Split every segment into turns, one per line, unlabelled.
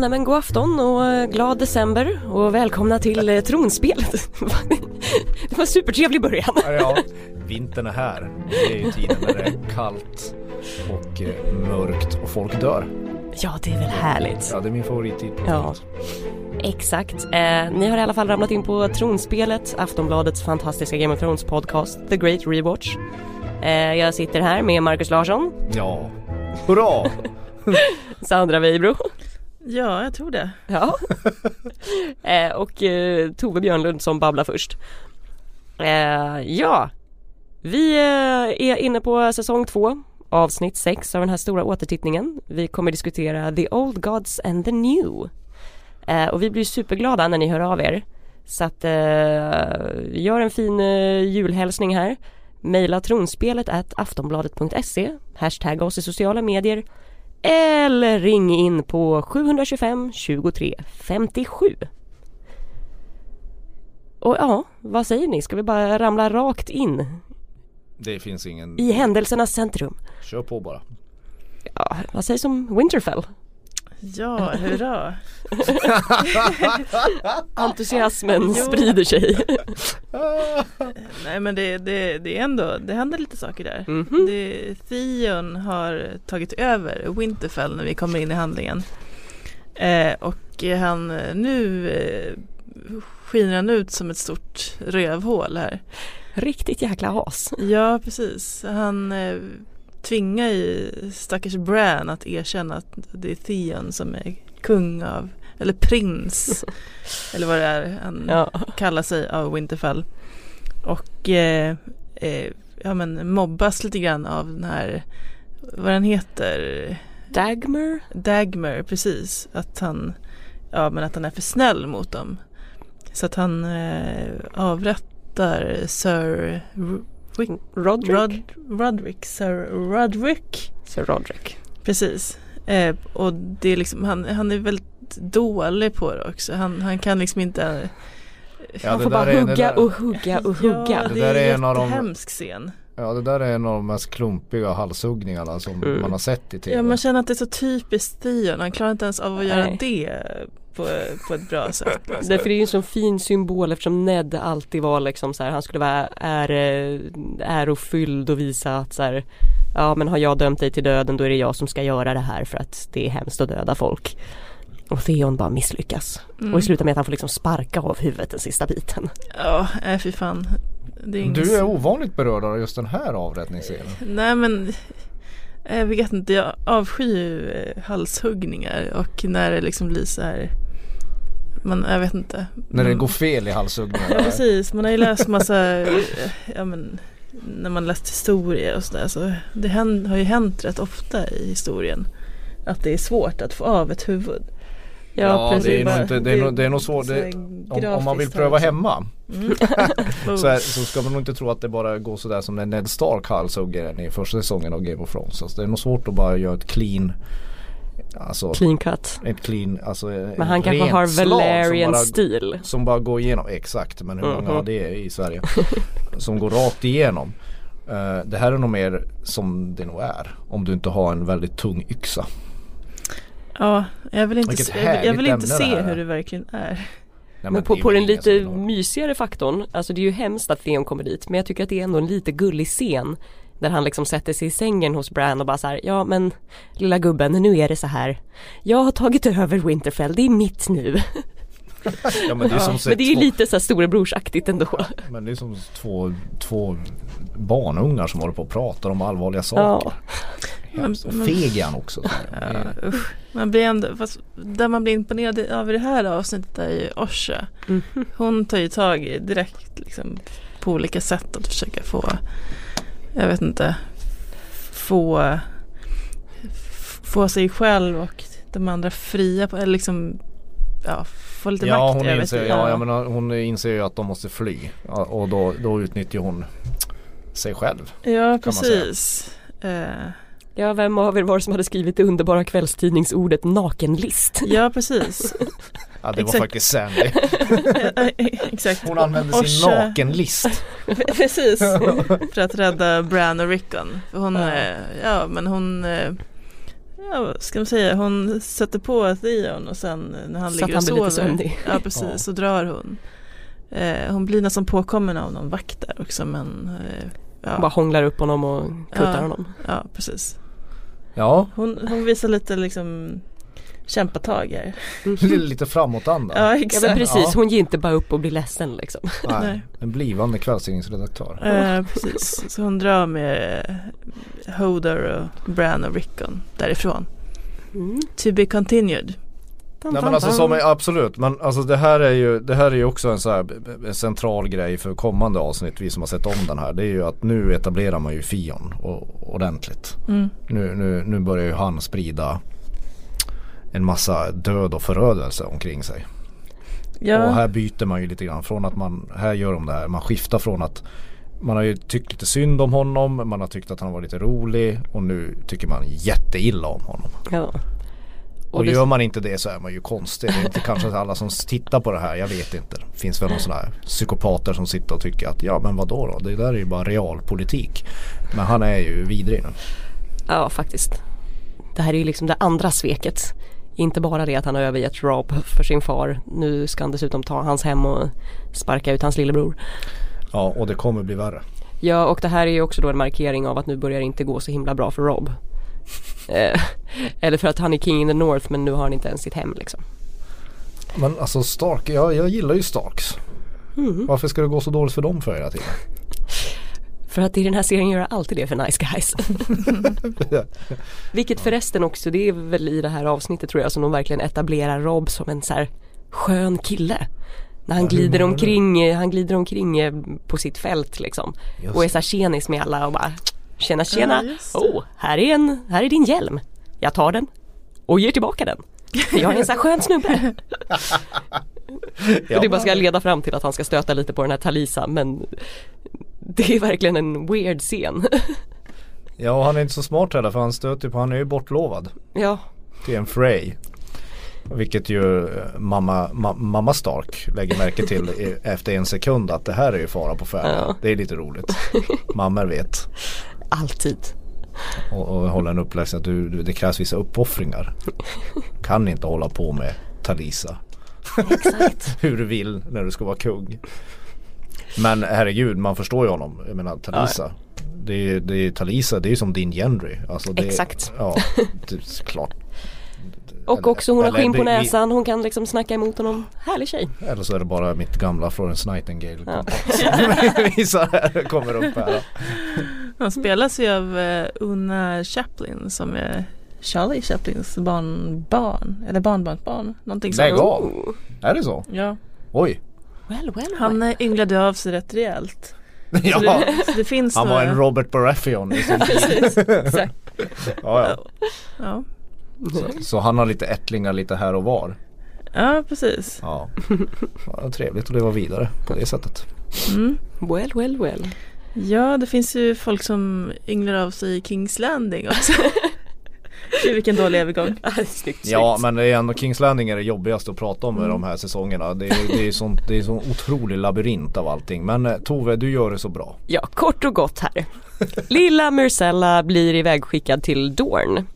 nej men god afton och eh, glad december och välkomna till eh, tronspelet. det var en supertrevlig början.
Ja, vintern är här. Det är ju tiden när det är kallt och eh, mörkt och folk dör.
Ja, det är väl härligt.
Ja, det är min favorittid på
Ja.
året.
Exakt. Eh, ni har i alla fall ramlat in på tronspelet, Aftonbladets fantastiska Game of Thrones podcast, The Great Rewatch. Eh, jag sitter här med Marcus Larsson,
Ja. Hurra!
Sandra Weibro
Ja, jag tror det.
ja. eh, och eh, Tove Björnlund som babblar först. Eh, ja, vi eh, är inne på säsong två, avsnitt sex av den här stora återtittningen. Vi kommer diskutera The Old Gods and the New. Eh, och vi blir superglada när ni hör av er. Så att eh, gör en fin eh, julhälsning här. Maila tronspelet at aftonbladet.se Hashtagga oss i sociala medier eller ring in på 725 23 57. Och ja, vad säger ni? Ska vi bara ramla rakt in
Det finns ingen...
i händelsernas centrum?
Kör på bara.
Ja, vad sägs om Winterfell?
Ja, hurra.
Entusiasmen
Jo.
sprider sig.
Nej men det, det, det är ändå, det händer lite saker där.
Mhm.
Det, Theon har tagit över Winterfell när vi kommer in i handlingen. Eh, och han, nu eh, skiner han ut som ett stort rövhål här.
Riktigt jäkla has.
Ja, precis. Han eh, tvingar ju stackars Bran att erkänna att det är Theon som är kung av, eller prins, eller vad det är han
Ja.
kallar sig av Winterfell. Och eh, eh, ja, men mobbas lite grann av den här, vad den heter,
Dagmer?
Dagmer, precis. Att han, ja men att han är för snäll mot dem. Så att han eh, avrättar Sir Ru-
Roderick?
Rod, Roderick, Sir Roderick.
Sir Roderick.
Precis. Eh, och det är liksom, han, han är väldigt dålig på det också. Han, han kan liksom inte...
Ja,
Man
det
får
där
bara
är- det
hugga
där-
och hugga och
Ja,
hugga.
det
där
är
är
en
en av de-
jättehemsk scen.
Ja, det där är en av de mest klumpiga halshuggningarna som
Mm.
man har sett i tv.
Ja, man känner att det är så typiskt Theon. Han klarar inte ens av att göra
Nej.
det på, på ett bra sätt.
Alltså-
Därför är det ju en sån fin symbol eftersom Ned alltid var liksom så här, han skulle vara äre, ärofylld och visa att så här, ja men har jag dömt dig till döden då är det jag som ska göra det här för att det är hemskt att döda folk. Och Theon bara misslyckas.
Mm.
Och det slutar med att han får liksom sparka av huvudet den sista biten.
Ja, nej fy fan. Det är
Du är
inget-
ovanligt berörd av just den här avrättningsscenen.
Nej men jag vet inte, jag avskyr ju eh, halshuggningar och när det liksom blir så här man, jag vet inte.
När det
Mm.
går fel i
Ja
halshuggningarna.
precis, man har ju läst massa, eh, ja men när man läst historier och sådär så det hän- har ju hänt rätt ofta i historien att det är svårt att få av ett huvud.
Ja, det är nog
bara-
inte, det är, nog- det är nog svårt.
så
Det,
här
om, om man vill
grafiskt
pröva
också.
hemma
Mm.
så, här, så ska man nog inte tro att det bara går sådär som när Ned Stark halshugger en i första säsongen av Game of Thrones. Alltså, det är nog svårt att bara göra ett clean, alltså
Clean cut.
ett clean, alltså ett
Men han kanske
rent
har
slag som
Valerian
bara-
stil.
Som bara går igenom, exakt men hur många
Mhm.
har det i Sverige? som går rakt igenom. Eh, det här är nog mer som det nog är om du inte har en väldigt tung yxa.
Ja, jag vill inte,
Vilket
se- jag vill, jag vill
härligt
inte
ämne det
se
här
hur
är.
det verkligen är.
Nej,
Men på,
det är
på
väl
den
ingen som
lite
vill ha-
mysigare faktorn, alltså det är ju hemskt att Theon kommer dit men jag tycker att det är ändå en lite gullig scen där han liksom sätter sig i sängen hos Bran och bara så här, ja men lilla gubben nu är det så här, jag har tagit över Winterfell, det är mitt nu.
ja, men det är som
men det är ju
två-
lite så här storebrorsaktigt ändå.
Men det är som två, två barnungar som håller på och pratar om allvarliga
Ja,
saker. Hemskt. Och
Men-
feg är han också. så här.
Ja, usch. Man blir ändå, fast där man blir imponerad över det här avsnittet är ju Orsa.
Mhm.
Hon tar ju tag i direkt liksom, på olika sätt att försöka få, jag vet inte, få, få sig själv och de andra fria, på, eller liksom, ja, få lite
Ja,
makt
hon
över
inser,
sig.
ja, jag menar, hon inser ju att de måste fly Ja, och då, då utnyttjar hon sig själv.
ja,
man säga.
precis. Eh,
ja vem av er var det som hade skrivit det underbara kvällstidningsordet nakenlist?
ja, precis.
Ja, det var
Exakt.
faktiskt Sandy.
Exakt.
Hon använde sin
Orsa.
nakenlist.
Precis, för att rädda Bran och Rickon. För hon,
Ja.
eh, ja men hon eh, ja, vad ska man säga, hon sätter på Theon och sen när han
Så
ligger
att han
och
blir lite
sover.
sömnig.
Ja precis,
Ja.
så drar hon. Eh, hon blir nästan påkommen av någon vakt där också men eh,
Hon bara
ja,
hånglar upp honom och kuttar
Ja.
honom.
ja precis.
Ja,
Hon, hon visar lite liksom kämpatag här.
lite framåtanda.
Ja
Ja
exakt.
men precis,
Ja.
hon ger inte bara upp och blir ledsen liksom.
Nej,
nej.
En blivande kvällstidningsredaktör.
Eh, precis. Så hon drar med eh, Hodor och Bran och Rickon därifrån.
Mm.
To be continued.
Nej men alltså som är, absolut, men alltså det här är ju, det här är ju också en så här b- b- central grej för kommande avsnitt, vi som har sett om den här. Det är ju att nu etablerar man ju Fion o- ordentligt.
Mm.
Nu, nu, nu börjar ju han sprida en massa död och förödelse omkring sig. Och
Ja,
här byter man ju lite grann från att man, här gör de det här, man skiftar från att man har ju tyckt lite synd om honom, man har tyckt att han var lite rolig och nu tycker man jätteilla om honom.
Ja.
Och,
Och det-
gör man inte det så är man ju konstig. Det är inte kanske alla som tittar på det här, jag vet inte. Det finns väl någon sån här psykopater som sitter och tycker att ja men vadå då, det där är ju bara realpolitik. Men han är ju vidrig nu.
Ja faktiskt. Det här är ju liksom det andra sveket. Inte bara det att han har övergett Rob för sin far. Nu ska han dessutom ta hans hem och sparka ut hans lillebror.
Ja och det kommer bli värre.
Ja och det här är ju också då en markering av att nu börjar det inte gå så himla bra för Rob. Eh, Eller för att han är king in the north men nu har han inte ens sitt hem liksom.
Men alltså Stark, jag, jag gillar ju Starks.
Mm.
Varför ska det gå så dåligt för dem för hela tiden?
För att i den här serien gör jag alltid det för nice guys. Vilket förresten också, det är väl i det här avsnittet tror jag som de verkligen etablerar Rob som en så här skön kille. När han
Ja, hur
glider
menar du?
omkring, eh, han glider omkring eh, på sitt fält liksom.
Just
Och är så här tjenis med alla och bara tjena tjena.
Ja, just det.
oh, här är, en, här är din hjälm. Jag tar den och ger tillbaka den. För jag är en så här skön snubbe.
Ja.
Och det bara ska leda fram till att han ska stöta lite på den här Talisa men det är verkligen en weird scen.
Ja och han är inte så smart heller för han stöter ju på, han är ju bortlovad
ja,
till en Frey. Vilket ju eh, mamma, ma, mamma Stark lägger märke till i, efter en sekund att det här är ju fara på färde.
Ja.
Det är lite roligt. Mammor vet
alltid.
och, och håller en uppläxning att du, du, det krävs vissa uppoffringar. Kan inte hålla på med Talisa
Exakt.
hur du vill när du ska vara kung. Men herregud man förstår ju honom. Jag menar Talisa. Det är, ju- det är, Talisa det är ju som din Gendry. Alltså, det,
Exakt.
Ja, det är klart.
Och också hon har
Eller-
skinn på
eller-
näsan, hon kan liksom snacka emot honom. Härlig tjej.
Eller så är det bara mitt gamla Florence Nightingale
Ja.
som visar här, kommer upp här.
hon spelas ju av eh, Una Chaplin som är Charlie Chaplins barnbarn. Eller barnbarnsbarn. Någonting
Lägg
sånt.
av! Är det så?
Ja.
Oj!
Oh. Well, well,
Han
well.
eh, ynglade av sig rätt rejält. Så
Ja,
det, så det finns
han var
några...
en Robert Baratheon i sin tid.
Precis, exakt.
Ja,
Ja.
ja. Så, så han har lite ättlingar lite här och var.
ja, precis.
Ja. ja trevligt att leva vidare på det sättet.
Mm.
Well, well, well.
Ja, det finns ju folk som ynglar av sig i Kings Landing också. Gud, vilken dålig övergång.
Ah, det är snyggt,
Ja
snyggt.
men det är ändå Kings Landing är det jobbigaste att prata om i de här säsongerna. Det är, det är, sånt, det är sån otrolig labyrint av allting. Men eh, Tove du gör det så bra.
Ja, kort och gott här. Lilla Myrcella blir ivägskickad till Dorn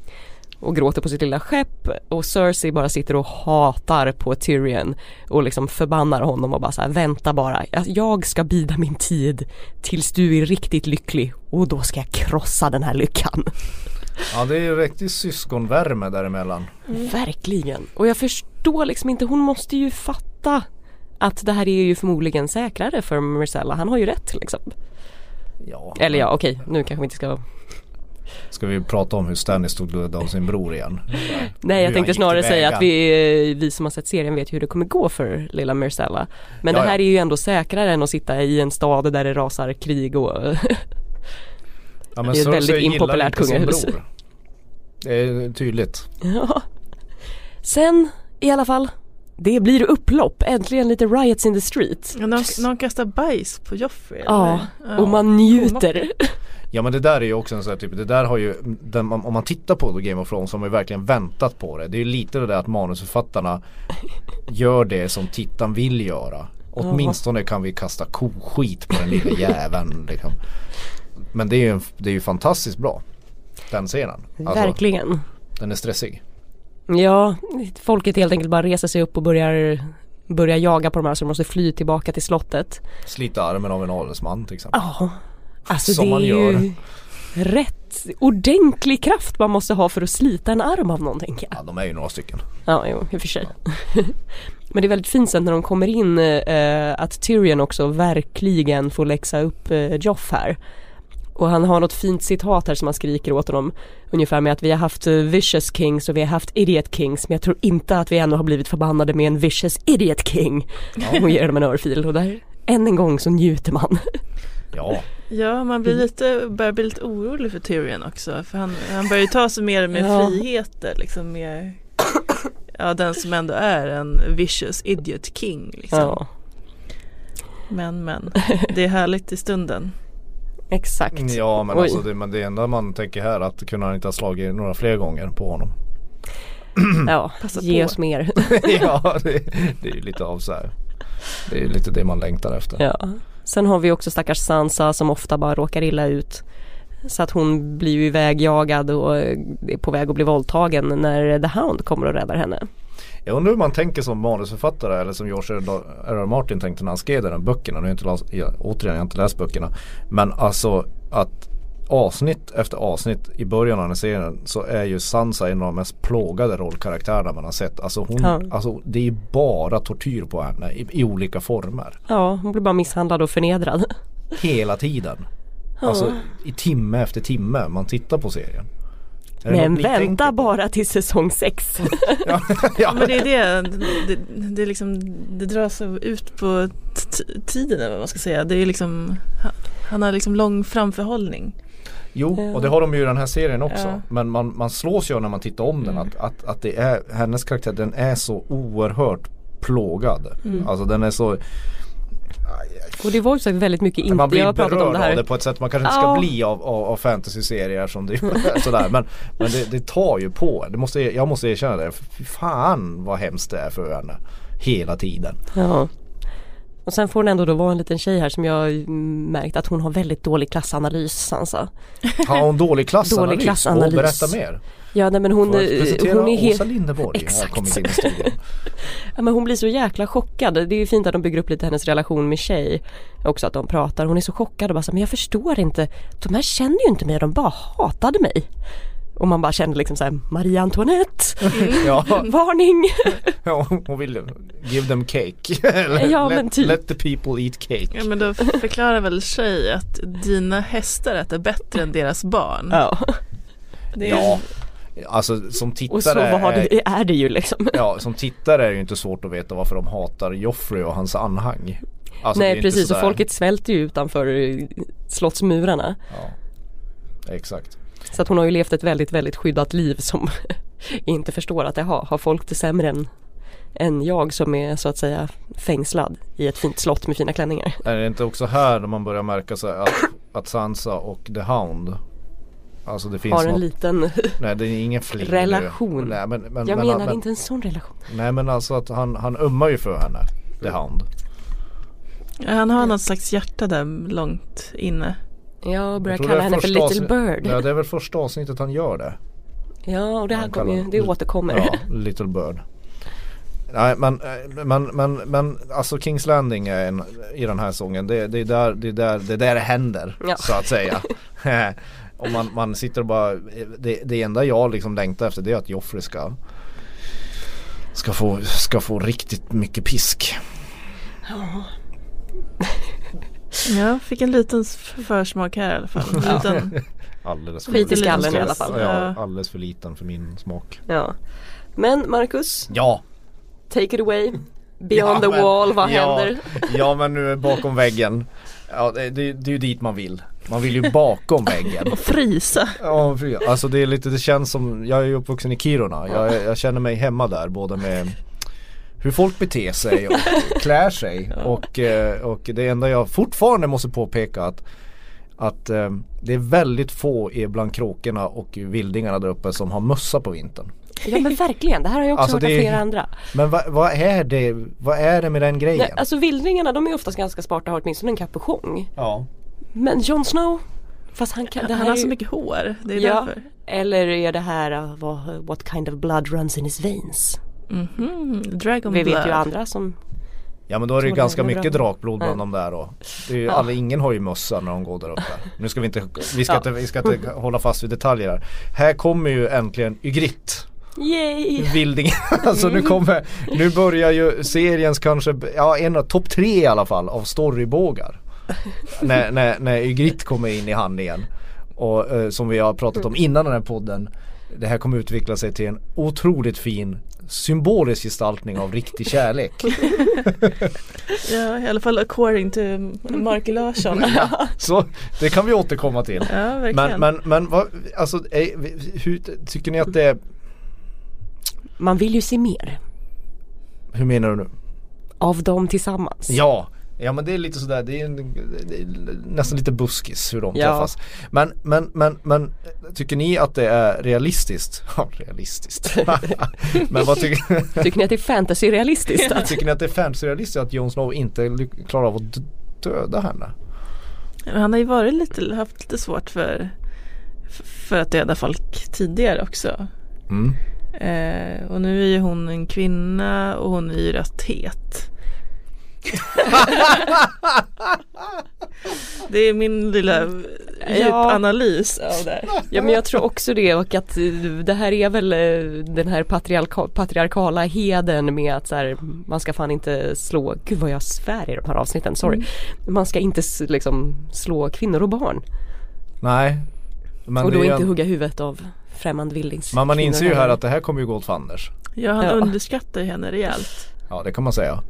och gråter på sitt lilla skepp och Cersei bara sitter och hatar på Tyrion och liksom förbannar honom och bara så här, vänta bara, Jag- jag ska bida min tid tills du är riktigt lycklig och då ska jag krossa den här lyckan.
Ja det är ju riktig syskonvärme däremellan.
Verkligen. Och jag förstår liksom inte, hon måste ju fatta att det här är ju förmodligen säkrare för Marcella. Han har ju rätt liksom.
Ja.
Eller ja, okej, nu kanske vi inte ska...
Ska vi prata om hur Stannis stod död av sin bror igen?
Nej, jag
Hur han
tänkte
gick
snarare
tillväga.
säga att vi, eh, vi som har sett serien vet ju hur det kommer gå för lilla Marcella. Men
Ja,
det här
ja.
är ju ändå säkrare än att sitta i en stad där det rasar krig och...
Ja, men
Det är ett
Cersei
väldigt
gillar
impopulärt
inte sin
kungahus.
bror. Det är tydligt.
ja. Sen, i alla fall, det blir upplopp. Äntligen lite riots in the street.
Ja, Någon, någon kastar bajs på Joffrey.
Ja,
eller?
Och man njuter.
Ja men det där är ju också en sån här typ, det där har ju, den, om man tittar på Game of Thrones så har man ju verkligen väntat på det. Det är ju lite det där att manusförfattarna gör det som tittaren vill göra. Åtminstone kan vi kasta koskit på den lilla jäveln liksom. Men det är ju, en, det är ju fantastiskt bra. Den scenen. Alltså,
Verkligen.
Den är stressig.
Ja, folket helt enkelt bara reser sig upp och börjar, börjar jaga på de här så de måste fly tillbaka till slottet.
Slita armen av en adelsman till exempel.
Ja, alltså
Som
det
man
är
gör.
ju rätt ordentlig kraft man måste ha för att slita en arm av någon tänker jag.
Ja, de är ju några stycken.
Ja, jo, i och för sig. Men det är väldigt fint sen när de kommer in eh, att Tyrion också verkligen får läxa upp eh, Joff här. Och han har något fint citat här som han skriker åt honom ungefär med att vi har haft eh, vicious kings och vi har haft idiot kings men jag tror inte att vi ännu har blivit förbannade med en vicious idiot king. Och ger dem en örfil och där än en gång så njuter man.
Ja,
Ja, man
Mm.
blir lite, börjar bli lite orolig för Tyrion också. För han, han börjar ju ta sig mer och mer
Ja.
friheter. Liksom mer, ja, den som ändå är en vicious idiot king. Liksom.
Ja,
Men, men, det är härligt i stunden.
exakt.
ja men
Oj.
alltså det, men det enda man tänker här är att kunde han inte ha slagit några fler gånger på honom.
Ja,
Passa
ge
på.
oss mer.
ja, det, det är ju lite av så här. Det är ju lite det man längtar efter.
Ja. Sen har vi också stackars Sansa som ofta bara råkar illa ut. Så att hon blir ju ivägjagad och eh, är på väg att bli våldtagen när The Hound kommer och räddar henne.
Jag undrar hur man tänker som manusförfattare eller som George R.R. Martin tänkte när han skrev den här böckerna. Nu har jag inte läst, jag, återigen, jag har inte läst böckerna. Men alltså att avsnitt efter avsnitt i början av den här serien så är ju Sansa en av de mest plågade rollkaraktärerna man har sett. Alltså, hon,
Ja.
alltså det är ju bara tortyr på henne i, i olika former.
Ja, hon blir bara misshandlad och förnedrad.
Hela tiden. Alltså i timme efter timme man tittar på serien. Är det
Men
något ni tänker
vänta
på?
bara till säsong 6.
Ja, ja.
Ja, men det är det, det, det, är liksom, det dras ut på t- tiden eller vad man ska säga. Det är liksom, han har liksom lång framförhållning.
Jo,
Ja.
och det har de ju i den här serien också.
Ja.
Men man, man slås ju av när man tittar om
Mm.
den att, att, att det är, hennes karaktär den är så oerhört plågad.
Mm.
Alltså den är så,
Och det var ju så väldigt mycket
man
inte,
blir
jag har pratat om
berörd
det
av det
här.
på ett sätt man kanske inte ska
Ja.
bli av, av, av fantasy-serier som det sådär. Men, men det, det tar ju på en. det måste, Jag måste erkänna det, Fy fan vad hemskt det är för henne. Hela tiden.
Ja. Och sen får hon ändå då vara en liten tjej här som jag mm, märkt att hon har väldigt dålig klassanalys Sansa.
Har hon dålig klassanalys?
Dålig
Åh,
klassanalys.
Berätta mer.
Ja nej men hon,
Får jag
eh,
presentera
hon är helt...
Åsa Linderborg har
Exakt.
kommit in i studion.
Ja, men hon blir så jäkla chockad. Det är ju fint att de bygger upp lite hennes relation med tjej. Också att de pratar. Hon är så chockad och bara så här, men jag förstår inte. De här känner ju inte mig, de bara hatade mig. Och man bara känner liksom såhär, Marie Antoinette,
Ja.
varning!
Ja, hon vill give them cake. Eller
Ja,
let,
men typ.
let the people eat cake.
Ja men då förklarar väl tjej att dina hästar äter bättre än deras barn.
Ja.
Det är-
Ja, alltså som tittare,
Och så var
är,
det, är det ju liksom.
ja, som tittare är det ju inte svårt att veta varför de hatar Joffrey och hans anhang. Alltså, det är
Nej
inte
precis, och
sådär-
folket svälter ju utanför eh, slottsmurarna.
Ja, exakt.
Så att hon har ju levt ett väldigt, väldigt skyddat liv som inte förstår att jaha, har folk det sämre än, än jag som är så att säga fängslad i ett fint slott med fina klänningar.
Är det inte också här när man börjar märka så här att, att Sansa och The Hound Alltså det finns
har en
något,
liten,
nej det är ingen fling nu.
relation.
Nej men, men,
jag
men,
menar
men,
inte en sån relation.
Nej men alltså att han, han ömmar ju för henne, The
Mm.
Hound.
Han har något slags hjärta där långt inne.
Jag börjar
tror
kalla
det är
henne för
första
Little
avsnitt-
Bird.
Ja
Ja,
det är väl första avsnittet han gör det.
och det här
Han
kommer ju,
kallar-
det återkommer.
Ja, Little Bird. Nej men, eh, men, men, men alltså Kings Landing är en, i den här sången det, det, är där, det, är där, det är där det händer
Ja.
så att säga. och man, man sitter och bara, det, det enda jag liksom längtar efter det är att Joffrey ska Ska få, ska få riktigt mycket pisk.
Jag fick en liten f- försmak här i alla fall. En Liten.
Alldeles
Skit i
liten
skallen
ska-
i alla fall.
Ja, alldeles för liten för min smak.
Ja. Men Marcus,
Ja!
take it away. Beyond
Ja,
the
men-
wall, vad
ja,
händer?
Ja men nu är bakom väggen. Ja, det, det, det är ju dit man vill. Man vill ju bakom väggen.
Och frysa.
Ja, fy- alltså det är lite, det känns som, jag är ju uppvuxen i Kiruna. Jag, jag känner mig hemma där både med hur folk beter sig och klär sig. Och, eh, och det enda jag fortfarande måste påpeka att att eh, det är väldigt få i- bland kråkorna och vildingarna där uppe som har mössa på vintern.
Ja men verkligen, det här har jag också
Alltså,
hört
det
av
är-
flera andra.
Men vad vad är det, vad är det med den grejen?
Nej, alltså vildringarna de är oftast ganska smarta och har åtminstone en kapuschong.
ja.
Men Jon Snow, Fast han kan, det
Han
här
har
är
så
ju-
mycket hår, det är
Ja.
därför.
Eller är det här uh, vad- what kind of blood runs in his veins?
Mhm, Dragon
Vi
blood.
vet ju andra som
Ja men då är det ju
Tror det
ganska
är bra.
mycket drakblod bland
Ja.
de där då. Det är ju,
Ja.
alla, ingen har ju mössa när de går där uppe. Nu ska vi inte, vi ska
Ja.
inte, vi ska inte hålla fast vid detaljer här. Här kommer ju äntligen Ygritte,
Yay!
Vildingen. Alltså nu kommer, nu börjar ju seriens kanske, ja en av topp tre i alla fall av storybågar. när, när, när Ygritte kommer in i hand igen. Och eh, som vi har pratat
Mm.
om innan den här podden. Det här kommer utveckla sig till en otroligt fin symbolisk gestaltning av riktig kärlek.
Ja, i alla fall according to Mark Larsson.
Ja, så det kan vi återkomma till.
Ja, verkligen.
Men, men, men vad, alltså, är, hur, tycker ni att det är,
Man vill ju se mer
hur menar du nu?
av dem tillsammans.
Ja, ja men det är lite sådär, det är, en, det är nästan lite buskis hur de
Ja.
träffas. Men, men, men, men tycker ni att det är realistiskt? Ja, realistiskt. men vad tycker,
Tycker ni att det är fantasy-realistiskt? att-
tycker ni att det är fantasy-realistiskt att Jon Snow inte ly- klarar av att d- döda henne?
Men Han har ju varit lite, haft lite svårt för, för att döda folk tidigare också.
Mm.
Eh, och nu är ju hon en kvinna och hon är ju rätt het. det är min lilla djupanalys av det här.
Ja men jag tror också det och att eh, det här är väl eh, den här patriarka- patriarkala heden med att så här, man ska fan inte slå, gud vad jag svär i de här avsnitten, sorry. Man ska inte s- liksom slå kvinnor och barn
Nej. Men,
och
det
då
är ju
inte
en-
hugga huvudet av främmande vildings.
men man
kvinnor
inser ju här
heller.
att det här kommer ju gå åt fanders.
Ja, han
Ja.
underskattar ju henne rejält.
Ja det kan man säga.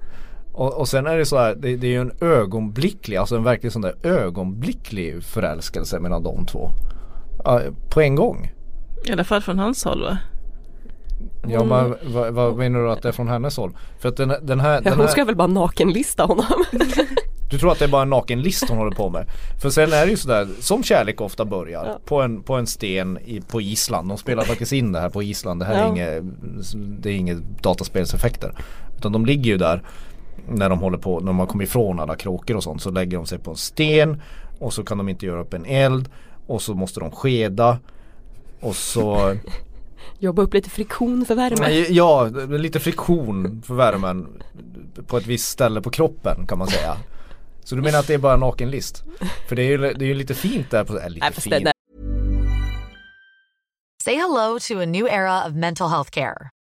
Och, och sen är det så här, det, det är ju en ögonblicklig, alltså en verkligen sån där ögonblicklig förälskelse mellan de två. Ja, på en gång.
I alla fall från hans håll va?
Ja
Mm.
men vad, vad menar du att det är från hennes håll? För att den, den här,
Ja,
den
hon
här
ska väl bara nakenlista honom.
du tror att det är bara en nakenlist hon håller på med. För sen är det ju sådär, som kärlek ofta börjar,
Ja.
på, en, på en sten i, på Island. De spelar faktiskt in det här på Island, det här är
Ja.
inget, det är inget dataspelseffekter. Utan de ligger ju där när de håller på, när de har kommit ifrån alla kråkor och sånt så lägger de sig på en sten och så kan de inte göra upp en eld och så måste de skeda och så
Jobba upp lite friktion för värme.
Nej, Ja, det blir lite friktion för värmen på ett visst ställe på kroppen kan man säga. Så du menar att det är bara en nakenlist? För det är ju, det är ju lite fint där på, eller lite
Nej, fast
fint.
det,
Say hello to a new era of mental health care.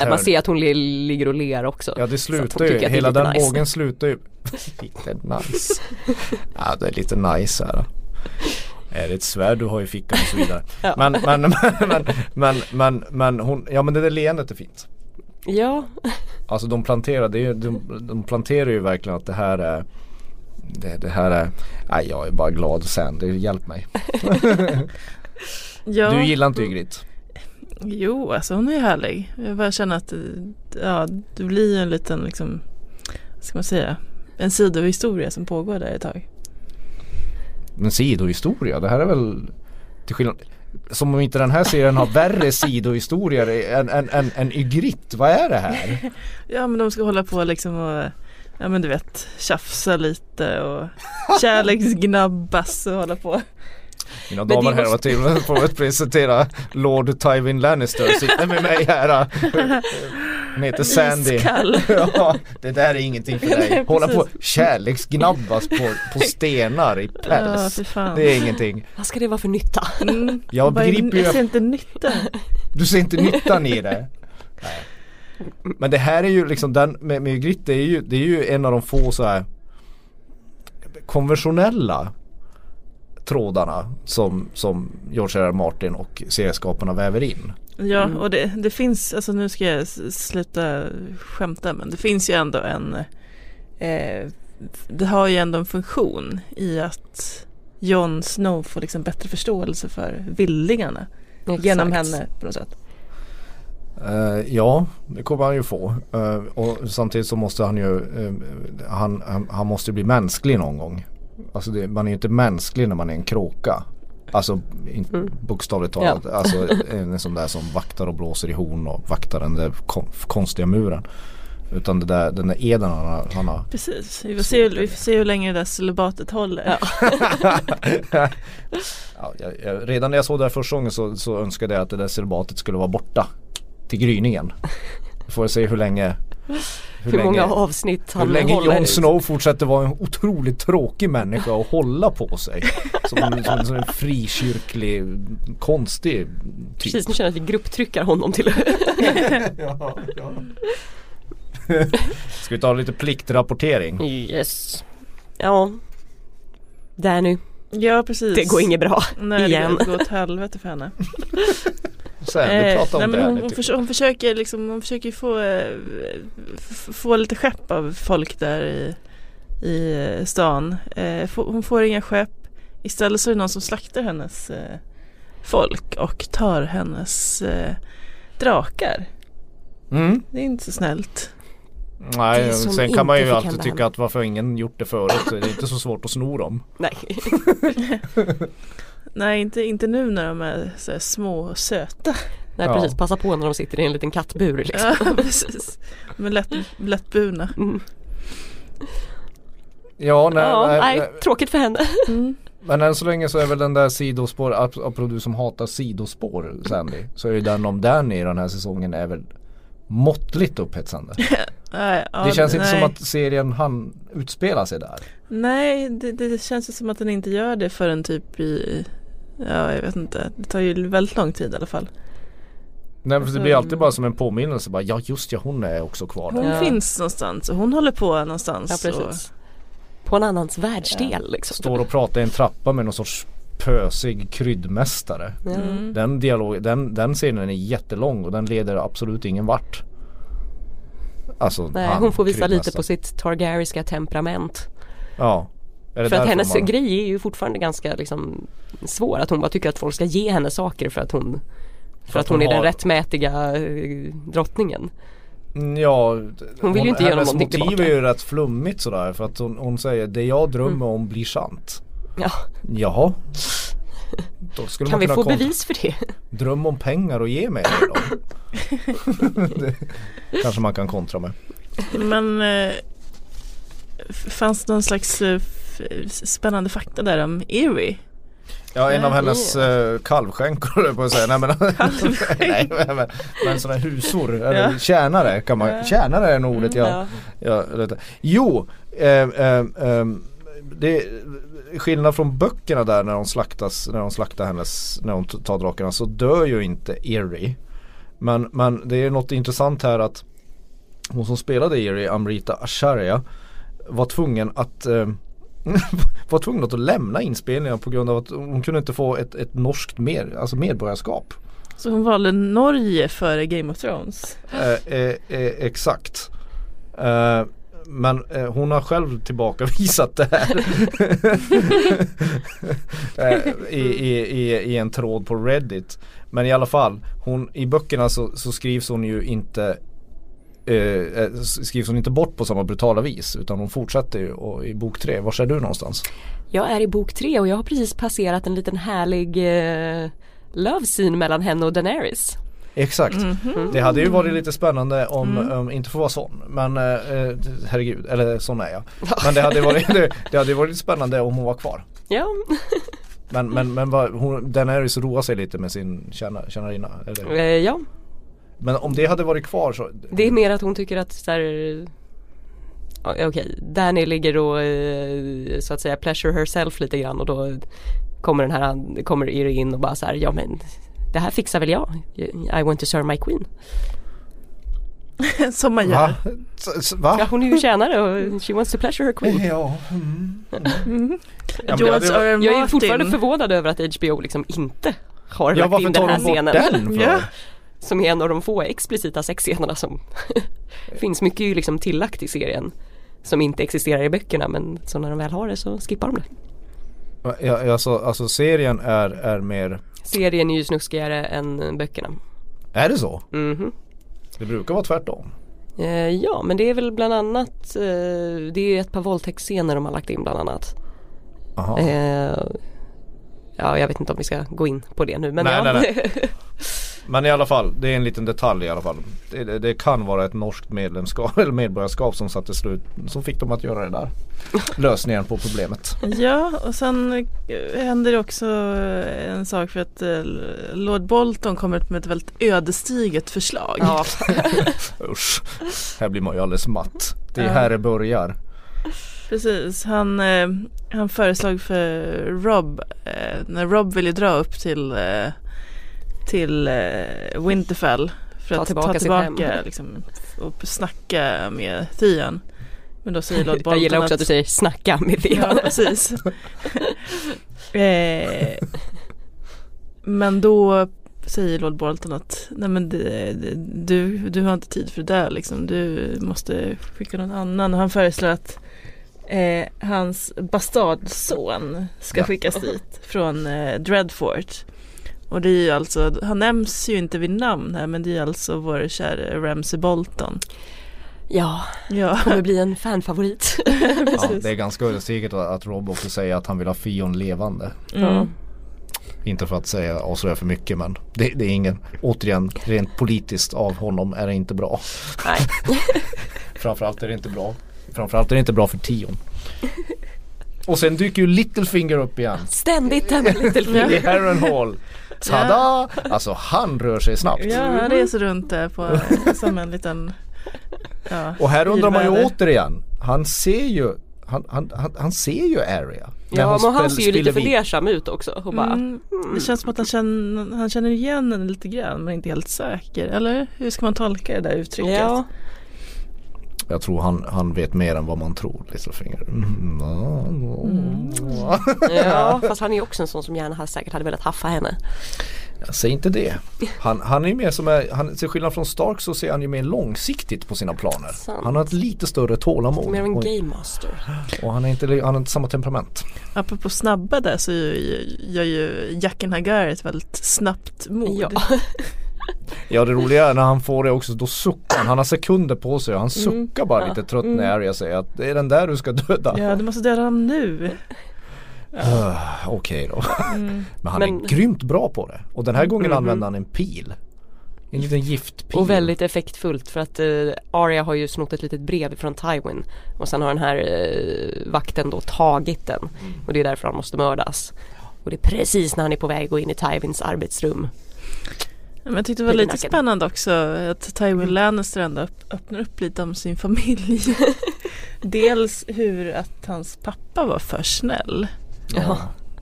nej, man ser att hon le- ligger och ler också.
Ja det
Så att hon
slutar ju,
tycker att det är
hela
lite
den
nice.
vågen slutar ju Lite nice Ja det är lite nice här Är det ett svärd du har i fickan och så vidare
Ja.
men, men, men, men, men, men, men hon, ja men det där leendet är fint
Ja,
Alltså de planterar, det är, ju- de, de planterar ju verkligen att det här är det, det här är, nej jag är bara glad sen, det hjälp mig.
Ja.
Du gillar inte Ygritte?
Jo, alltså hon är ju härlig. Jag bara känner att eh, ja, det blir ju en liten, liksom, vad ska man säga, en sidohistoria som pågår där ett tag.
Men sidohistoria, det här är väl till skillnad som om inte den här serien har värre sidohistorier än, än, än, än Ygritte, vad är det här?
Ja, men de ska hålla på liksom och, ja men du vet, tjafsa lite och kärleksgnabbas och hålla på.
Mina
det
damer och herrar,
måste-
vad trevligt att få att presentera Lord Tywin Lannister, sitter med mig här. Hon heter Sandy.
Iskall.
Ja, det där är ingenting för dig.
Nej,
Hålla
precis.
på kärleksgnabbas på, på stenar i
Ja,
päls.
fy fan.
Det är ingenting.
vad ska det vara för nytta?
Mm.
Jag
Vad är-
begriper ju-
Jag ser inte nyttan.
Du ser inte nyttan i det. Men det här är ju liksom den med, med Grit, det är, ju, det är ju en av de få så här konventionella trådarna som, som George R. R. Martin och serieskaparna väver in.
Ja,
Mm.
och det, det finns, alltså nu ska jag s- sluta skämta, men det finns ju ändå en, eh, det har ju ändå en funktion i att Jon Snow får liksom bättre förståelse för villingarna genom
Exakt.
henne på något sätt.
Eh, ja, det kommer han ju få. Eh, och samtidigt så måste han ju, eh, han, han, han måste bli mänsklig någon gång. Alltså det, man är ju inte mänsklig när man är en kråka. Alltså in, bokstavligt talat. Alltså en sån där som vaktar och blåser i horn och vaktar den där kon, konstiga muren. Utan det där, den där eden han har, han har
Precis, vi får se, hur- vi får se hur länge det där celibatet håller.
ja, jag, jag, redan när jag såg det här första gången så, så önskade jag att det där celibatet skulle vara borta till gryningen. Får jag se hur länge
Hur, många avsnitt han
Hur länge
håller
Jon
ut.
Snow fortsätter vara en otroligt tråkig människa och hålla på sig. Som en, som, en- som en frikyrklig, konstig typ.
Precis, nu känner jag att vi grupptryckar honom till
Ja, ja. Ska vi ta lite pliktrapportering?
Yes Ja Där nu,
Ja, precis.
det går inget bra
Nej,
igen.
det går- det går åt helvete för henne.
Sen, vi
Eh,
pratar om
nej,
det. här typ.
men hon,
lite.
hon, förs- hon försöker liksom, hon försöker ju få, eh, f- få lite skepp av folk där i, i eh, stan. Eh, få- Hon får inga skepp. Istället så är det någon som slaktar hennes eh, folk och tar hennes eh, drakar.
Mm.
Det är inte så snällt.
Nej,
Det som
sen kan man
inte
ju
fick
alltid
hända
tycka
henne.
att varför har ingen gjort det förut så är det inte så svårt att sno dem.
Nej
Nej, inte, inte nu när de är så här små och söta.
Nej
Ja.
precis, passa på när de sitter i en liten kattbur liksom.
Ja, precis. De är lätt, lättburna.
Mm.
Ja, nej,
ja,
nej,
nej,
nej.
tråkigt för henne.
Mm.
Men än så länge så är väl den där sidospår, ap- apropå du som hatar sidospår Sandy, så är ju den om Danny i den här säsongen är väl måttligt upphetsande.
Nej, ja,
det känns inte som
nej.
att serien han utspelar sig där.
Nej, det, det känns ju som att den inte gör det förrän typ i, ja jag vet inte, det tar ju väldigt lång tid i alla fall.
Nej, för det blir alltid bara som en påminnelse bara, ja just ja Mm. hon är också kvar
Hon
där.
Ja.
finns någonstans och hon håller på någonstans.
Ja, precis. På en annans världsdel liksom.
Står och pratar i en trappa med någon sorts pösig kryddmästare.
Ja.
Och, mm.
Den, dialog, den, den scenen är jättelång och den leder absolut ingen vart. Alltså
Nej,
han,
hon får visa lite på
kryddmästaren.
sitt targariska temperament.
Ja. Är det
För att
därför
hennes
man-
grej är ju fortfarande ganska liksom, svår. Att hon bara tycker att folk ska ge henne saker för att hon för, att hon, är den
har-
rättmätiga eh, drottningen.
Mm, Ja,
Hon vill ju inte ge
hennes
någonting
motiv
tillbaka. Mm.
är ju rätt flummigt sådär för att hon, hon säger det jag drömmer om blir sant.
Ja.
Jaha. Då skulle
Kan
man
vi
kunna
få
kontra-
bevis för det?
Dröm om pengar och ge mig det då. det kanske man kan kontra med.
Men eh, f- fanns det någon slags eh, f- spännande fakta där om Erie?
Ja en av
Ja,
hennes eh, kalvskänkor höll jag på att säga. Nej men, nej, men, men sådana här husor, eller
Ja.
tjänare kan man,
Ja.
tjänare är nog ordet jag,
Mm, Ja.
Ja, vänta. Jo, eh, eh, eh, det är skillnad från böckerna där när de slaktas, när de slaktar hennes, när de t- tar drakarna så dör ju inte Eerie. Men, men det är något intressant här att hon som spelade Eerie, Amrita Acharya, var tvungen att eh, var tvungen att lämna inspelningen på grund av att hon kunde inte få ett, ett norskt mer, alltså medborgarskap.
Så hon valde Norge före Game of Thrones.
Eh, eh, eh, exakt. Eh, men eh, hon har själv tillbakavisat det här. eh, i, i, i, I en tråd på Reddit. Men i alla fall, hon, i böckerna så, så skrivs hon ju inte eh, eh, s- skrivs hon inte bort på samma brutala vis utan hon fortsätter ju och, i bok tre. Var är du någonstans?
Jag är i bok tre och jag har precis passerat en liten härlig eh, love scene mellan henne och Daenerys.
Exakt. Det hade ju varit lite spännande om, om inte får vara sån, men eh, herregud, eller sån är jag. Men det hade varit, det, det hade varit lite spännande om hon var kvar.
Ja,
Men, men, men vad, hon, den är ju så roar sig lite med sin tjäna- tjänarina.
eh,
eller?
ja.
Men om det hade varit kvar så,
det är mer att hon tycker att så här, ja, okej, Danny ligger och eh, så att säga pleasure herself lite grann och då kommer den här, kommer Iri in och bara så här, ja men det här fixar väl jag, I want to serve my queen.
Som man gör.
Va? S- s- Va?
Ja, hon är ju tjänare och she wants to pleasure her queen.
Ja, mm.
Mm.
men det-
George
det-
R. R.
Jag är fortfarande
Martin.
förvånad över att HBO liksom inte har
Ja
lagt
varför
in den
tar
här
de bort
scenen.
den för?
Ja.
Som är en av de få explicita sexscenerna som finns mycket ju liksom tillagt i serien. Som inte existerar i böckerna men så när de väl har det så skippar de det.
Ja, ja, alltså, alltså serien är, är mer,
Serien är ju snuskigare än böckerna.
är det så?
Mhm.
Det brukar vara tvärtom.
Eh, ja men det är väl bland annat, eh, det är ett par våldtäktsscener de har lagt in bland annat.
Aha.
Eh, ja jag vet inte om vi ska gå in på det nu men
Nej,
ja.
nej, Men i alla fall, det är en liten detalj i alla fall. Det, det, det kan vara ett norskt medlemskap eller medborgarskap som satte slut, som fick dem att göra det där. Lösningen på problemet.
Ja, och sen eh, händer det också en sak för att eh, Lord Bolton kommer ut med ett väldigt ödesdigert förslag.
ja.
Usch, här blir man ju alldeles matt. Det är
Ja.
här det börjar.
Precis, han, eh, han föreslog för Rob, eh, när Rob ville dra upp till, eh, till eh, Winterfell för
Ta
att
tillbaka
ta
sitt
tillbaka
hem.
liksom, och snacka med Theon. Men då säger Lord Bolton
Jag gillar också att du säger snacka med det.
Ja, precis. eh, men då säger Lord Bolton att nej men det, det, du, du har inte tid för det där liksom. Du måste skicka någon annan. Och han föreslår att eh, hans bastardson ska
Ja.
skickas dit från eh, Dreadfort. Och det är ju alltså, han nämns ju inte vid namn här men det är alltså vår kära Ramsay Bolton.
Ja,
Ja,
kommer bli en fanfavorit.
Ja, det är ganska ödesdigert att, att Rob också säger att han vill ha Fion levande.
mm.
Inte för att säga avslöja för mycket men det, det är ingen, återigen rent politiskt av honom är det inte bra.
Nej.
Framförallt är det inte bra. Framförallt är det inte bra för Tion. Och sen dyker ju Littlefinger upp igen.
Ständigt den med Littlefinger.
I Harrenhal. Tada! Alltså han rör sig snabbt.
Ja, han reser
Mm.
runt där på, som en liten ja,
Och här undrar man ju
bilväder.
återigen. Han ser ju, han, han, han, han ser ju Area. När
Ja, men han
spel-
ser ju lite
spiller vid.
fundersam ut också och bara
Mm, det känns som att han känner, han känner igen henne lite grann men inte helt säker. Eller hur ska man tolka det där uttrycket?
Ja,
Jag tror han, han vet mer än vad man tror Littlefinger. Mm.
ja, fast han är ju också en sån som gärna hade- säkert hade velat haffa henne.
Jag säger inte det. Han, han är ju mer som, är, han, till skillnad från Stark så ser han ju mer långsiktigt på sina planer.
Sant.
Han har ett lite större tålamod.
Mer av en
Och,
game master.
och han, är inte, li- han har inte samma temperament.
Apropå snabba där så gör ju- gör ju Jacken Hagar ett väldigt snabbt mod.
Ja.
Ja det roliga är när han får det också, då suckar han. Han har sekunder på sig
Mm.
och han suckar bara lite trött när Arya säger att det är den där du ska döda.
Ja, du måste döda honom nu.
Ah, Okej då.
Mm.
Men han
Men- Mhm.
är grymt bra på det. Och den här gången använder han en pil. En liten giftpil.
Och väldigt effektfullt för att eh, Arya har ju snott ett litet brev från Tywin och sen har den här eh, vakten då tagit den och det är därför han måste mördas. Och det är precis när han är på väg att gå in i Tywins arbetsrum.
Men jag tyckte det var lite
Naken.
spännande också att
Mm.
Tywin Lannister ändå upp- öppnar upp lite om sin familj. Dels hur att hans pappa var för snäll
Ja,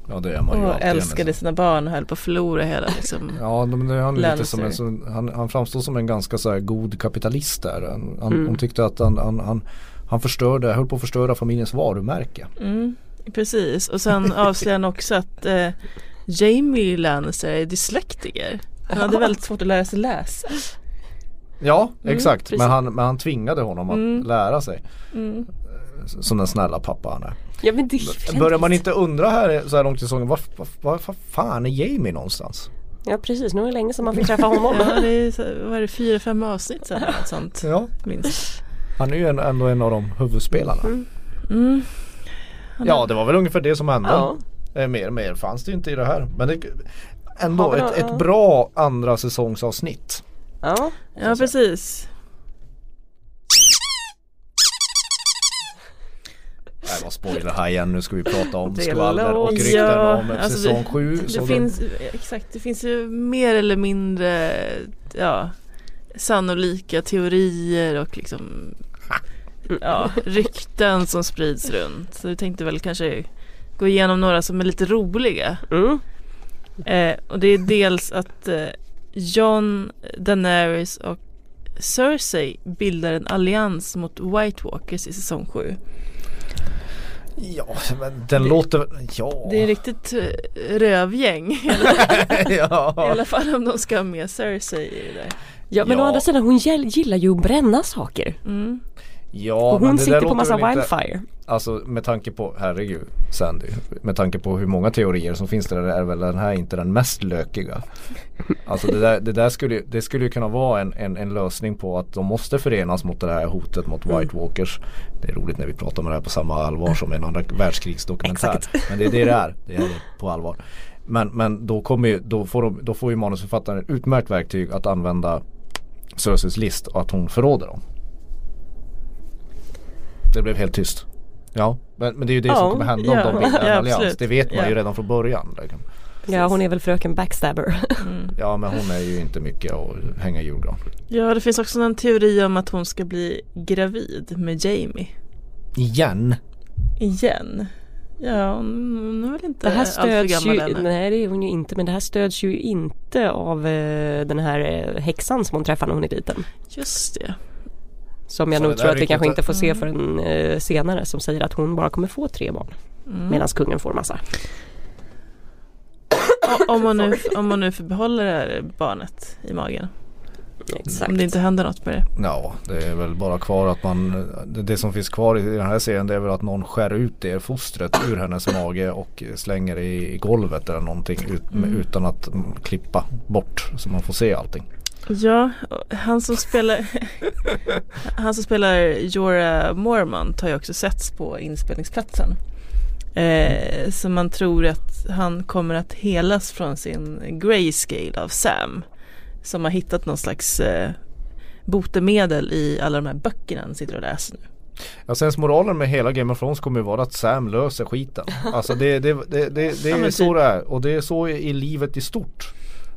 ja det är man ju
och
alltid.
älskade sina barn och höll på att förlora hela liksom.
Ja, men det är han, lite som en,
Lannister.
som, han, han framstår som en ganska så här god kapitalist där. Han, han,
Mm.
Hon tyckte att han, han, han, han förstörde, höll på att förstöra familjens varumärke.
Mm, precis, och sen avslöjar han också att eh, Jamie Lannister är dyslektiker. Han hade väldigt svårt att lära sig läsa.
Ja, exakt.
Mm, precis.
Men
Mm.
han, men han tvingade honom att lära sig. S- Som den snälla pappa han är.
Ja men det är
Börjar man inte undra här så här långt i säsongen, vad vad- vad- vad fan är Jamie någonstans?
Ja precis, nu är det länge sedan man fick träffa honom.
Ja, det är, så- vad är det, fyra, fem avsnitt sen eller något sånt.
Ja.
Minst.
Han är ju en, ändå en av de huvudspelarna.
Mm.
Ja, det var väl ungefär det som hände.
Ja.
Eh, Mer, mer fanns det ju inte i det här. Men det, ändå
Har vi
ett,
nå- ja.
ett bra andra säsongsavsnitt.
Ja.
Ja, precis.
Nej vad spoiler här igen, nu ska vi prata om
Det
skvaller och
låter-
rykten
Ja,
om
alltså
säsong
det-
7.
Det finns, exakt, det finns ju mer eller mindre ja, sannolika teorier och liksom ja, rykten som sprids runt. Så vi tänkte väl kanske gå igenom några som är lite roliga.
Mm.
Eh, och det är dels att eh, John Daenerys och Cersei bildar en allians mot White Walkers i säsong 7.
Ja, men den låter... Ja.
Det är riktigt eh, rövgäng. I
ja.
alla fall om de ska ha med Cersei i det.
Ja men
Ja.
å andra sidan hon gäll- gillar ju att bränna saker.
Mm.
ja,
och
men
hon
det där
sitter på
låter
massa
väl inte-
wildfire.
Alltså med tanke på, herregud Sandy, med tanke på hur många teorier som finns där är väl den här inte den mest lökiga. Alltså det där, det där skulle, ju- det skulle ju kunna vara en, en, en lösning på att de måste förenas mot det här hotet mot White Walkers. Det är roligt när vi pratar om det här på samma allvar som en andra världskrigsdokumentär. Men det är det det är, det är det på allvar. Men, men då, kommer ju, då, får de, då får ju manusförfattaren ett utmärkt verktyg att använda Cerseis list och att hon förråder dem. Det blev helt tyst. Ja, men, men det är ju det
Ja,
som kommer hända om
ja.
de bildar en
Ja,
allians.
absolut.
Det vet man ju
Ja.
redan från början. liksom.
Ja hon är väl fröken backstabber.
Ja, men hon är ju inte mycket att hänga i julgran.
Ja, det finns också en teori om att hon ska bli gravid med Jamie.
Igen?
Igen. Ja, hon hon är väl inte
Det här
alltför
stöds
gammal
ju,
ännu.
nej det är hon ju inte, men det här stöds ju inte av eh, den här eh, häxan som hon träffar när hon är liten.
Just det.
Som jag
Så
nog
det
tror
där
att
är
vi kanske
kontra-
inte får
Mm.
se förrän eh, senare som säger att hon bara kommer få tre barn.
Mm.
Medan kungen får massa.
O- Om hon, nu, om hon nu förbehåller det här barnet i magen.
Exakt.
Om det inte händer något med det.
Ja, det är väl bara kvar att man det- Det som finns kvar i den här serien det är väl att någon skär ut det fostret ur hennes mage och slänger i i golvet eller någonting ut, med- utan att mm, klippa bort så man får se allting.
Ja, och han som spelar Han som spelar Jorah Mormont har ju också setts på inspelningsplatsen. Eh, så man tror att han kommer att helas från sin grayscale av Sam. Som har hittat någon slags eh, botemedel i alla de här böckerna han sitter och läser nu.
Ja, sen Alltså moralen med hela Game of Thrones kommer ju vara att Sam löser skiten. Alltså det, det, det, det, det
Ja,
är
men
så
typ.
det är och det är så i livet i stort.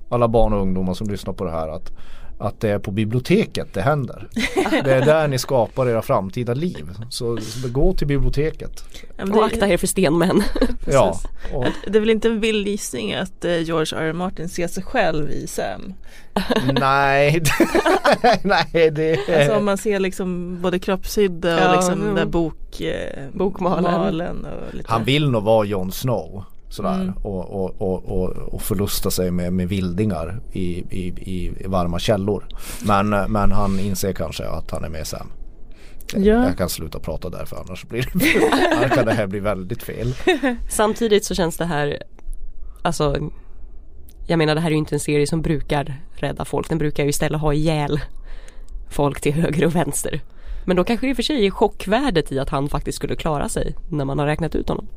Alla barn och ungdomar som lyssnar på det här att, att det är på biblioteket det händer. Det är där ni skapar era framtida liv. Så, så gå till biblioteket.
Ja, men
Och
det,
akta er för stenmän.
Ja, och,
det är väl inte en vild gissning att eh, George R. R. Martin ser sig själv i Sam.
nej. nej, det
Alltså om
är...
man ser liksom både kroppshydda och
Eh. Ja,
liksom
jo.
den där bok, eh,
Bokmalen.
malen och lite.
Han vill nog vara Jon Snow. Sådär
Mm.
och, och, och, och, och förlusta sig med, med vildingar i, i, i i varma källor. Men, men han inser kanske att han är med Sam.
Ja.
Jag kan sluta prata där för annars blir det, annars kan det här bli väldigt fel.
Samtidigt så känns det här, alltså jag menar det här är ju inte en serie som brukar rädda folk, den brukar ju istället ha ihjäl folk till höger och vänster. Men då kanske det i och för sig är chockvärdet i att han faktiskt skulle klara sig när man har räknat ut honom.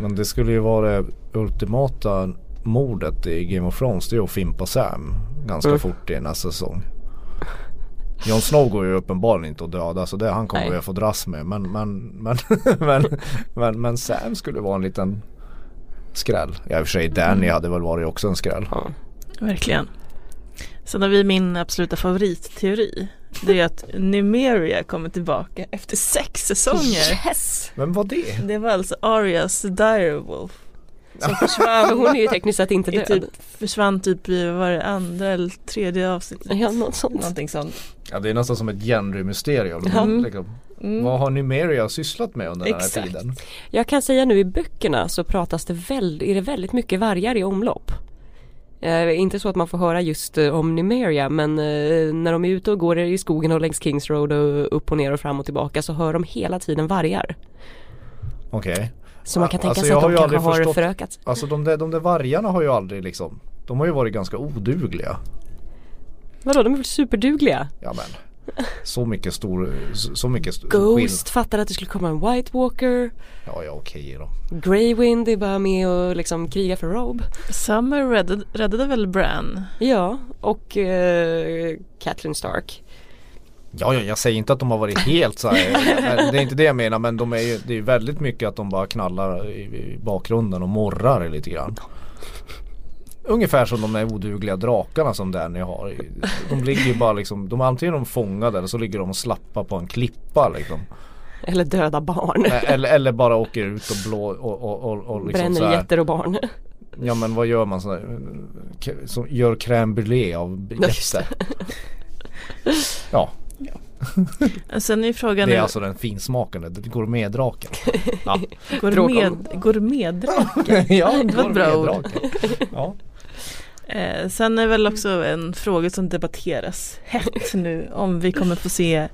Men det skulle ju vara det ultimata mordet i Game of Thrones. Det är att fimpa Sam ganska
Mm.
fort i nästa säsong. Jon Snow går ju uppenbarligen inte att döda så det han kommer
Nej.
ju att få dras med. Men, men, men, men, men, men Sam skulle vara en liten skräll. Ja, i och för sig Danny hade väl varit också en skräll.
Verkligen. Sen har vi min absoluta favoritteori. Det är att Numeria kommer tillbaka efter sex säsonger.
Yes!
Vem var det?
Det var alltså Arias Direwolf. Som
För
försvann,
hon är ju tekniskt sett inte
i typ,
död.
försvann typ i vad var det andra eller tredje avsnittet.
Ja, något sånt.
Någonting sånt.
Ja, det är nästan som ett genrymysterium.
Mm.
Liksom,
Mm.
vad har Numeria sysslat med under den
Exakt.
här tiden?
Jag kan säga nu i böckerna så pratas det väl, är det väldigt mycket vargar i omlopp. Eh, inte så att man får höra just eh, om Numeria men eh, när de är ute och går i skogen och längs Kings Road och upp och ner och fram och tillbaka så hör de hela tiden vargar.
Okej.
Så man kan
Ja,
tänka
alltså,
sig
jag
att
har
de
ju
kanske
aldrig
har
förstått-
förökat sig.
Alltså de där, de där vargarna har ju aldrig liksom De har ju varit ganska odugliga
Vadå, de är väl superdugliga?
Ja men Så mycket stor Så så mycket stor
Ghost fattade att det skulle komma en White Walker.
Ja ja okej då
Grey Wind är bara med och liksom krigar för Robe.
Summer räddade, räddade väl Bran?
Ja, och eh, Catelyn Stark.
Ja ja jag säger inte att de har varit helt så här. men Det är inte det jag menar men de är ju Det är ju väldigt mycket att de bara knallar i, i bakgrunden och morrar lite grann Ungefär som de där odugliga drakarna som Danny har De ligger ju bara liksom De är antingen de fångade eller så ligger de och slappar på en klippa liksom
Eller döda barn.
Eller, eller bara åker ut och blå och, och, och, och liksom så
Bränner
här.
getter och barn.
Ja men vad gör man sådär? K- Som gör crème brûlée av
Ja, just
jätter. Ja,
Sen är ju frågan,
det
nu,
är alltså den finsmakande gourmetdraken.
gourmet,
Ah!
gourmetdrag.
ja,
Det var ett bra ord.
gourmetdraken. Ja.
Eh, sen är väl
Mm.
också en fråga som debatteras hett nu om vi kommer få se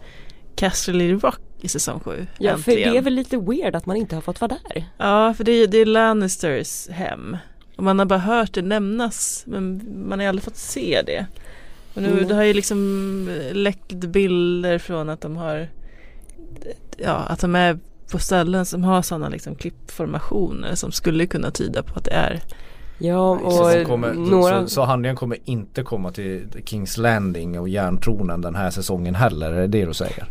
Casterly Rock i säsong 7.
Ja för det är väl lite weird att man inte har fått vara där.
Ja, för det är, det är Lannisters hem. Och man har bara hört det nämnas men man har ju aldrig fått se det. Och nu
Mm.
det har ju liksom läckt lite bilder från att de har ja, att de är på ställen som har sådana liksom klippformationer som skulle kunna tyda på att det är
Ja
Så,
och
de kommer,
några
så, så handlingen kommer inte komma till Kings Landing och järntronen den här säsongen heller, är det det du säger?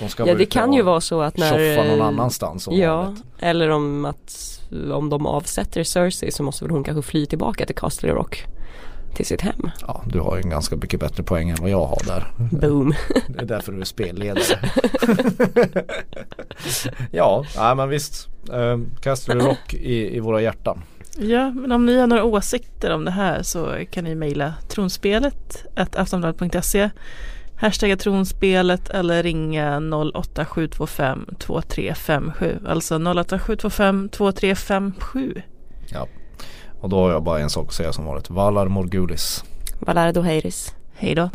De ska
Ja det
ute
kan
och
ju vara så att när
tjoffa någon
eh,
annanstans om
Ja,
valet.
eller om att om de avsätter Cersei så måste väl hon kanske fly tillbaka till Castle Rock till sitt hem.
ja, du har ju en ganska mycket bättre poäng än vad jag har där.
Boom.
Det är därför du är spelledare. ja, nej, men visst. Um, Castle Rock i, i våra hjärtan.
Ja, men om ni har några åsikter om det här så kan ni mejla tronspelet aftonbladet.se Hashtagga tronspelet eller ringa 08725 2357 Alltså 08725 2357
Ja. Och då har jag bara en sak att säga som varit. Valar Morgulis.
Valardo Heiris.
Hej då!